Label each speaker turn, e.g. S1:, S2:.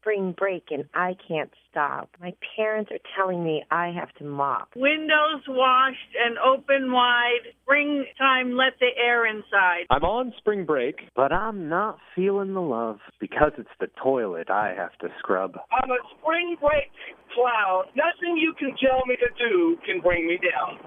S1: spring break and I can't stop. My parents are telling me I have to mop.
S2: Windows washed and open wide. Springtime, let the air inside.
S3: I'm on spring break.
S4: But I'm not feeling the love because it's the toilet I have to scrub.
S5: I'm a spring break clown. Nothing you can tell me to do can bring me down.